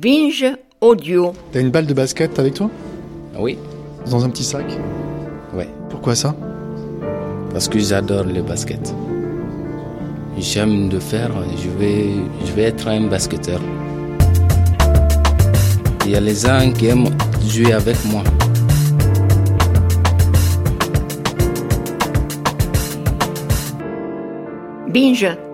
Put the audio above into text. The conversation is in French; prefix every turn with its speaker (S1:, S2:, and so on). S1: Binge audio.
S2: T'as une balle de basket avec toi
S3: Ah Oui,
S2: Dans un petit sac
S3: ouais,
S2: Pourquoi ça
S3: parce que j'adore le basket. J'aime le faire, je vais, je vais être un basketteur. Il y a les gens qui aiment jouer avec moi.
S1: Binge